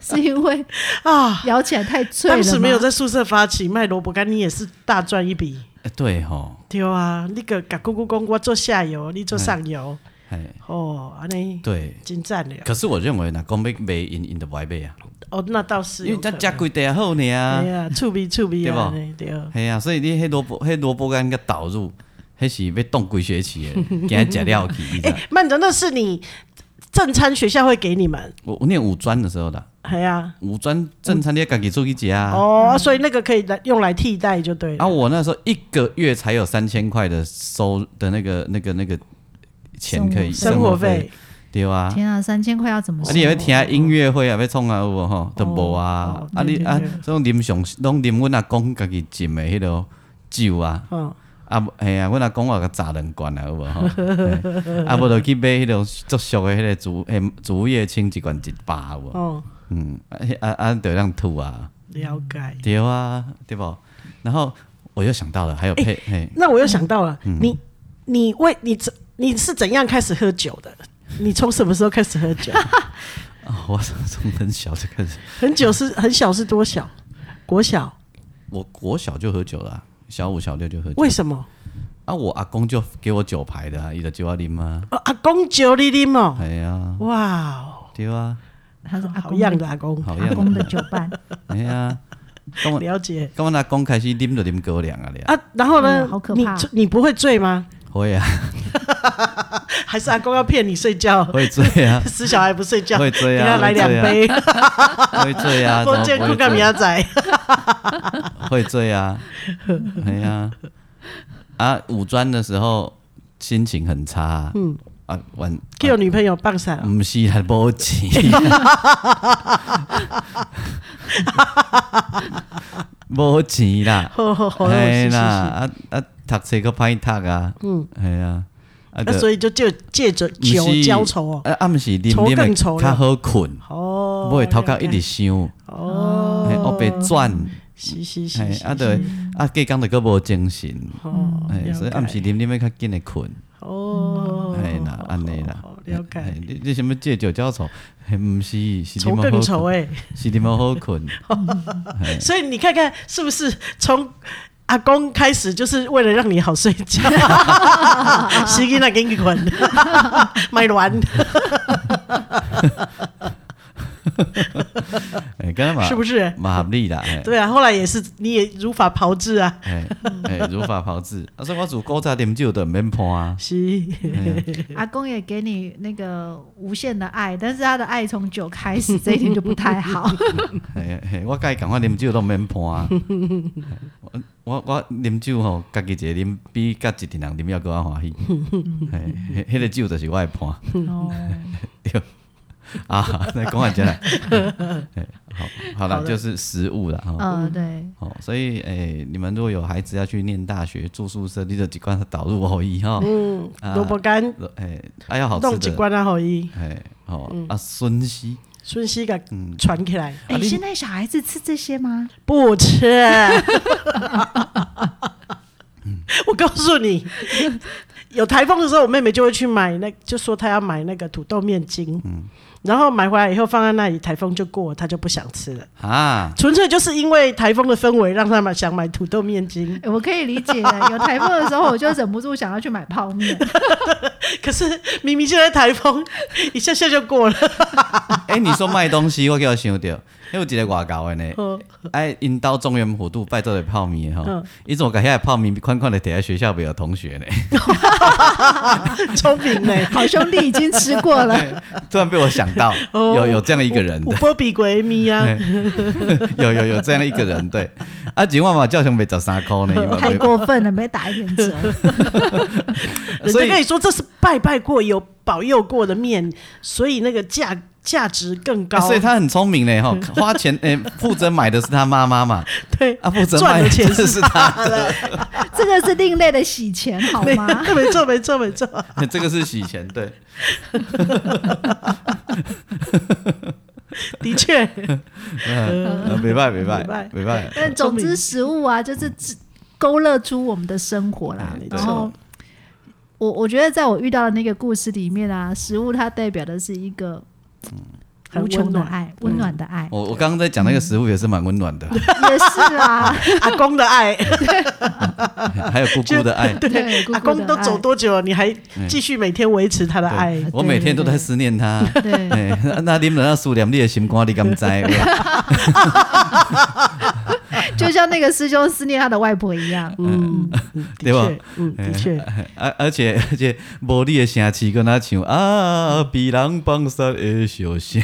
Speaker 2: 是因 为
Speaker 1: 啊。
Speaker 2: 咬起来太脆了吗，
Speaker 1: 当时没有在宿舍发起卖萝卜干，你也是大赚一笔。
Speaker 3: 哎 对吼，
Speaker 1: 对啊，那个嘎咕咕公，我做下游，你做上游，
Speaker 3: 哎，
Speaker 1: 哦，安尼
Speaker 3: 对。
Speaker 1: 真赞了。
Speaker 3: 可是我认为，若讲要卖，因因都不爱卖啊，
Speaker 1: 哦，那倒是
Speaker 3: 因
Speaker 1: 有
Speaker 3: 为
Speaker 1: 可
Speaker 3: 咱
Speaker 1: 能，
Speaker 3: 食几袋好呢啊
Speaker 1: 哎。呀，触鼻触鼻
Speaker 3: 对吧
Speaker 1: 啊，安尼对啊，
Speaker 3: 系啊，所以你迄萝卜、迄萝卜干个导入，迄是要冻几学期的， 今日食了去。你知道
Speaker 1: 哎，慢着，那是你正餐学校会给你们，
Speaker 3: 我我念五专的时候啦，
Speaker 1: 哎呀，
Speaker 3: 五专正餐你要家己做去食啊。
Speaker 1: 哦，所以那个可以来用来替代就对
Speaker 3: 啊，
Speaker 1: 了。
Speaker 3: 我那时候一个月才有三千块的收的那个那个那个钱可以
Speaker 1: 生活费，
Speaker 3: 对啊。
Speaker 2: 天啊，三千块要怎么
Speaker 3: 啊，
Speaker 2: 生活？
Speaker 3: 你也要听音乐会啊，要创啊有无吼，都无啊
Speaker 1: 哦。
Speaker 3: 啊
Speaker 1: 对
Speaker 3: 你
Speaker 1: 对
Speaker 3: 啊
Speaker 1: 对，
Speaker 3: 种啉上拢啉阮阿公家己浸的迄落酒啊。
Speaker 1: 嗯，
Speaker 3: 啊，嘿啊，阮阿公我甲炸两罐啊，有无吼？嘿啊，无就去买迄种足俗的迄个竹诶竹叶青一罐一百有无？
Speaker 1: 哦，
Speaker 3: 嗯，啊迄啊啊，就让吐啊，
Speaker 1: 了解。
Speaker 3: 对啊，对不？然后我又想到了，还有配嘿，
Speaker 1: 那我又想到了，
Speaker 3: 嗯
Speaker 1: 你你为你怎你是怎样开始喝酒的？你从什么时候开始喝 酒？
Speaker 3: 啊我从很小就开始，
Speaker 1: 很久是很小是多小？国小？
Speaker 3: 我国小就喝酒了啊，小五小六就喝酒
Speaker 1: 为什么？
Speaker 3: 啊，我阿公就给我酒牌的啊，伊就叫我啉啊，
Speaker 1: 哦、阿公酒你啉哦，
Speaker 3: 哎呀，
Speaker 1: 哇哦，
Speaker 3: 对啊，
Speaker 2: 他是阿
Speaker 1: 好
Speaker 2: 公
Speaker 1: 样的
Speaker 2: 的
Speaker 1: 阿公，
Speaker 3: 好
Speaker 2: 阿公
Speaker 3: 样
Speaker 2: 的
Speaker 3: 的，
Speaker 2: 酒 伴，
Speaker 3: 哎呀，跟我
Speaker 1: 了解
Speaker 3: 跟我阿公开始啉就啉高粱啊咧，
Speaker 1: 啊。然后呢？
Speaker 2: 嗯好可
Speaker 1: 你
Speaker 2: 怕
Speaker 1: 你不会醉吗？
Speaker 3: 会啊，
Speaker 1: 还是阿公要骗你睡觉？
Speaker 3: 会醉啊。
Speaker 1: 死小孩不睡觉，
Speaker 3: 会醉啊
Speaker 1: 给他来两杯，
Speaker 3: 会醉啊，
Speaker 1: 封建
Speaker 3: 怎
Speaker 1: 酷
Speaker 3: 么不会
Speaker 1: 干米
Speaker 3: 醉
Speaker 1: 亚仔。
Speaker 3: 会醉啊，哎呀，啊，五专的时候心情很差、嗯，啊，玩，
Speaker 1: 给有女朋友棒散
Speaker 3: 啊
Speaker 1: 了，
Speaker 3: 不是还无钱， 无钱啦，
Speaker 1: 吼吼吼！哦
Speaker 3: 哎
Speaker 1: 是是是。
Speaker 3: 啦，啊啊，读册个歹读啊，嗯，哎呀，啊
Speaker 1: 那
Speaker 3: 就
Speaker 1: 所以就就借着
Speaker 3: 不是
Speaker 1: 酒浇愁哦。
Speaker 3: 啊，啊，毋是啉
Speaker 1: 愁
Speaker 3: 啉
Speaker 1: 更
Speaker 3: 的
Speaker 1: 愁了
Speaker 3: 较好困，
Speaker 1: 哦，
Speaker 3: 不会头壳一直想，
Speaker 1: 哦，
Speaker 3: 哎，我被转。
Speaker 1: 是是是
Speaker 3: 嘿，
Speaker 1: 是，
Speaker 3: 啊，对，啊，隔工就阁无精神，
Speaker 1: 哦，
Speaker 3: 嘿，哎所以暗时啉啉要较紧的困，
Speaker 1: 哦，
Speaker 3: 嘿啦，安尼啦哎
Speaker 1: 好，了解
Speaker 3: 嘿你你什么借酒浇愁？嘿，毋是，是
Speaker 1: 愁
Speaker 3: 啉
Speaker 1: 更
Speaker 3: 好哎
Speaker 1: 愁
Speaker 3: 困，
Speaker 1: 哎，
Speaker 3: 是啉么好 困？
Speaker 1: 所以你看看是不是从。阿公开始就是为了让你好睡 觉，洗给那给你滚，买卵，
Speaker 3: 哎，刚才嘛
Speaker 1: 是不是？
Speaker 3: 嘛合理啦，哎
Speaker 1: 对啊，后来也是你也如法炮制啊，
Speaker 3: 哎哎，如法炮制。啊，所以我煮古早啉酒都免判啊，
Speaker 1: 是，
Speaker 2: 阿公也给你那个无限的爱，但是他的爱从酒开始，这一点就不太好。
Speaker 3: 嘿嘿，我甲伊共款啉酒都免判啊。我我我啉酒吼，家己一个啉比甲一群人啉要搁较 欢喜。嘿，迄个酒就是我的判
Speaker 2: 哦，
Speaker 3: 啊。 那讲完真来，嘿好好
Speaker 1: 好
Speaker 3: 了，
Speaker 1: 的
Speaker 3: 就是食物了哈。
Speaker 2: 呃，对，
Speaker 3: 哦，所以诶、你们如果有孩子要去念大学住宿舍，你就几罐导入后裔哈。
Speaker 1: 嗯，萝卜干
Speaker 3: 诶、哎啊要好
Speaker 1: 弄
Speaker 3: 吃
Speaker 1: 几
Speaker 3: 的，
Speaker 1: 罐嗯啊，好伊
Speaker 3: 哎、哦、啊，孙熙，
Speaker 1: 顺西给
Speaker 3: 嗯
Speaker 1: 传起来，
Speaker 2: 哎，现在小孩子吃这些吗？
Speaker 1: 不吃。
Speaker 3: 嗯
Speaker 1: 我告诉你，有台风的时候，我妹妹就会去买那，就说她要买那个土豆面筋，
Speaker 3: 嗯
Speaker 1: 然后买回来以后放在那里，台风就过了，她就不想吃了。
Speaker 3: 啊，
Speaker 1: 纯粹就是因为台风的氛围，让他们想买土豆面筋。
Speaker 2: 哎我可以理解的，有台风的时候，我就忍不住想要去买泡 面。
Speaker 1: 可是明明现在台风，一下下就过了。
Speaker 3: 哎、你说卖东西，我叫我想到，迄有一个外国的呢，
Speaker 1: 哦
Speaker 3: 哎，因到中原普渡拜做的泡面吼
Speaker 1: 嗯，
Speaker 3: 伊怎么把遐泡面款款的摕在学校给有同学呢？
Speaker 1: 聪明呢、
Speaker 2: 好兄弟已经吃过
Speaker 3: 啊
Speaker 2: 了，
Speaker 3: 突然被我想到，
Speaker 1: 哦
Speaker 3: 有有这样一个人
Speaker 1: 我
Speaker 3: 的，
Speaker 1: 波比鬼迷啊，
Speaker 3: 有有有这样一个人，对，啊，一万嘛叫成卖十三箍呢，他
Speaker 2: 太过分了，没打一点折。
Speaker 1: 人家
Speaker 3: 所以
Speaker 1: 跟你说这是拜拜过有保佑过的面，所以那个价价值更高。
Speaker 3: 欸所以他很聪明嘞哈，花钱诶，负责买的是他妈妈嘛，
Speaker 1: 对
Speaker 3: 啊，负责
Speaker 1: 赚
Speaker 3: 卖
Speaker 1: 的钱
Speaker 3: 就是他，
Speaker 2: 这个是另类的洗钱，好
Speaker 1: 没
Speaker 2: 吗？
Speaker 1: 没错没错没错，
Speaker 3: 这个是洗钱，对，
Speaker 1: 的 确，
Speaker 3: 呃没办没
Speaker 1: 没
Speaker 3: 办
Speaker 1: 办
Speaker 3: 没办，
Speaker 2: 但嗯总之，食物啊，就是只勾勒出我们的生活啦
Speaker 3: 哎。没错
Speaker 2: 然后，我我觉得在我遇到的那个故事里面啊，食物它代表的是一个
Speaker 1: 很
Speaker 2: 无穷
Speaker 1: 温
Speaker 2: 的
Speaker 1: 暖
Speaker 2: 爱，温暖的爱，
Speaker 3: 我我刚刚在讲那个食物也是蛮温暖的，
Speaker 2: 也是啊啦。
Speaker 1: 阿公的爱，
Speaker 3: 还有姑姑的爱，
Speaker 2: 对，姑
Speaker 1: 阿
Speaker 2: 姑
Speaker 1: 公
Speaker 2: 的
Speaker 1: 都
Speaker 2: 爱
Speaker 1: 走多久了，你还继续每天维持他的爱
Speaker 3: 对，我每天都在思念他。
Speaker 2: 对，
Speaker 3: 哎，那那你们那思念你的心肝，你敢 知？有啦
Speaker 2: 就像那个师兄思念他的外婆一 样。
Speaker 1: 嗯，的
Speaker 3: 对吧
Speaker 1: 确，嗯，的确，
Speaker 3: 而啊而且而且，无你的城市跟他唱
Speaker 1: 嗯
Speaker 3: 啊，比人放山的小声。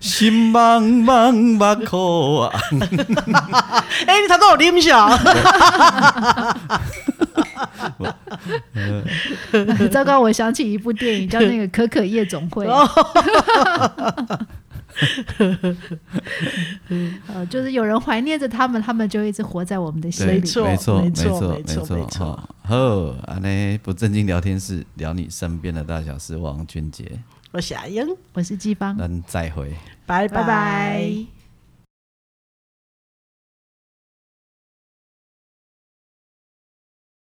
Speaker 3: 心茫茫，目苦啊！
Speaker 1: 哎，他都有啉小，
Speaker 2: 糟糕，我想起一部电影叫那个《可可夜总会》
Speaker 3: 哦
Speaker 2: 呃，就是有人怀念着他们，他们就一直活在我们的心
Speaker 3: 对
Speaker 2: 里
Speaker 1: 没。错
Speaker 3: 没错，
Speaker 1: 没错
Speaker 3: 错，
Speaker 1: 没
Speaker 3: 没
Speaker 1: 错没错
Speaker 3: 哈好，安尼不正经聊天室，聊你身边的大小事。王俊杰，
Speaker 1: 我是阿英，
Speaker 2: 我是季芳，
Speaker 3: 咱再会。
Speaker 1: 拜
Speaker 2: 拜拜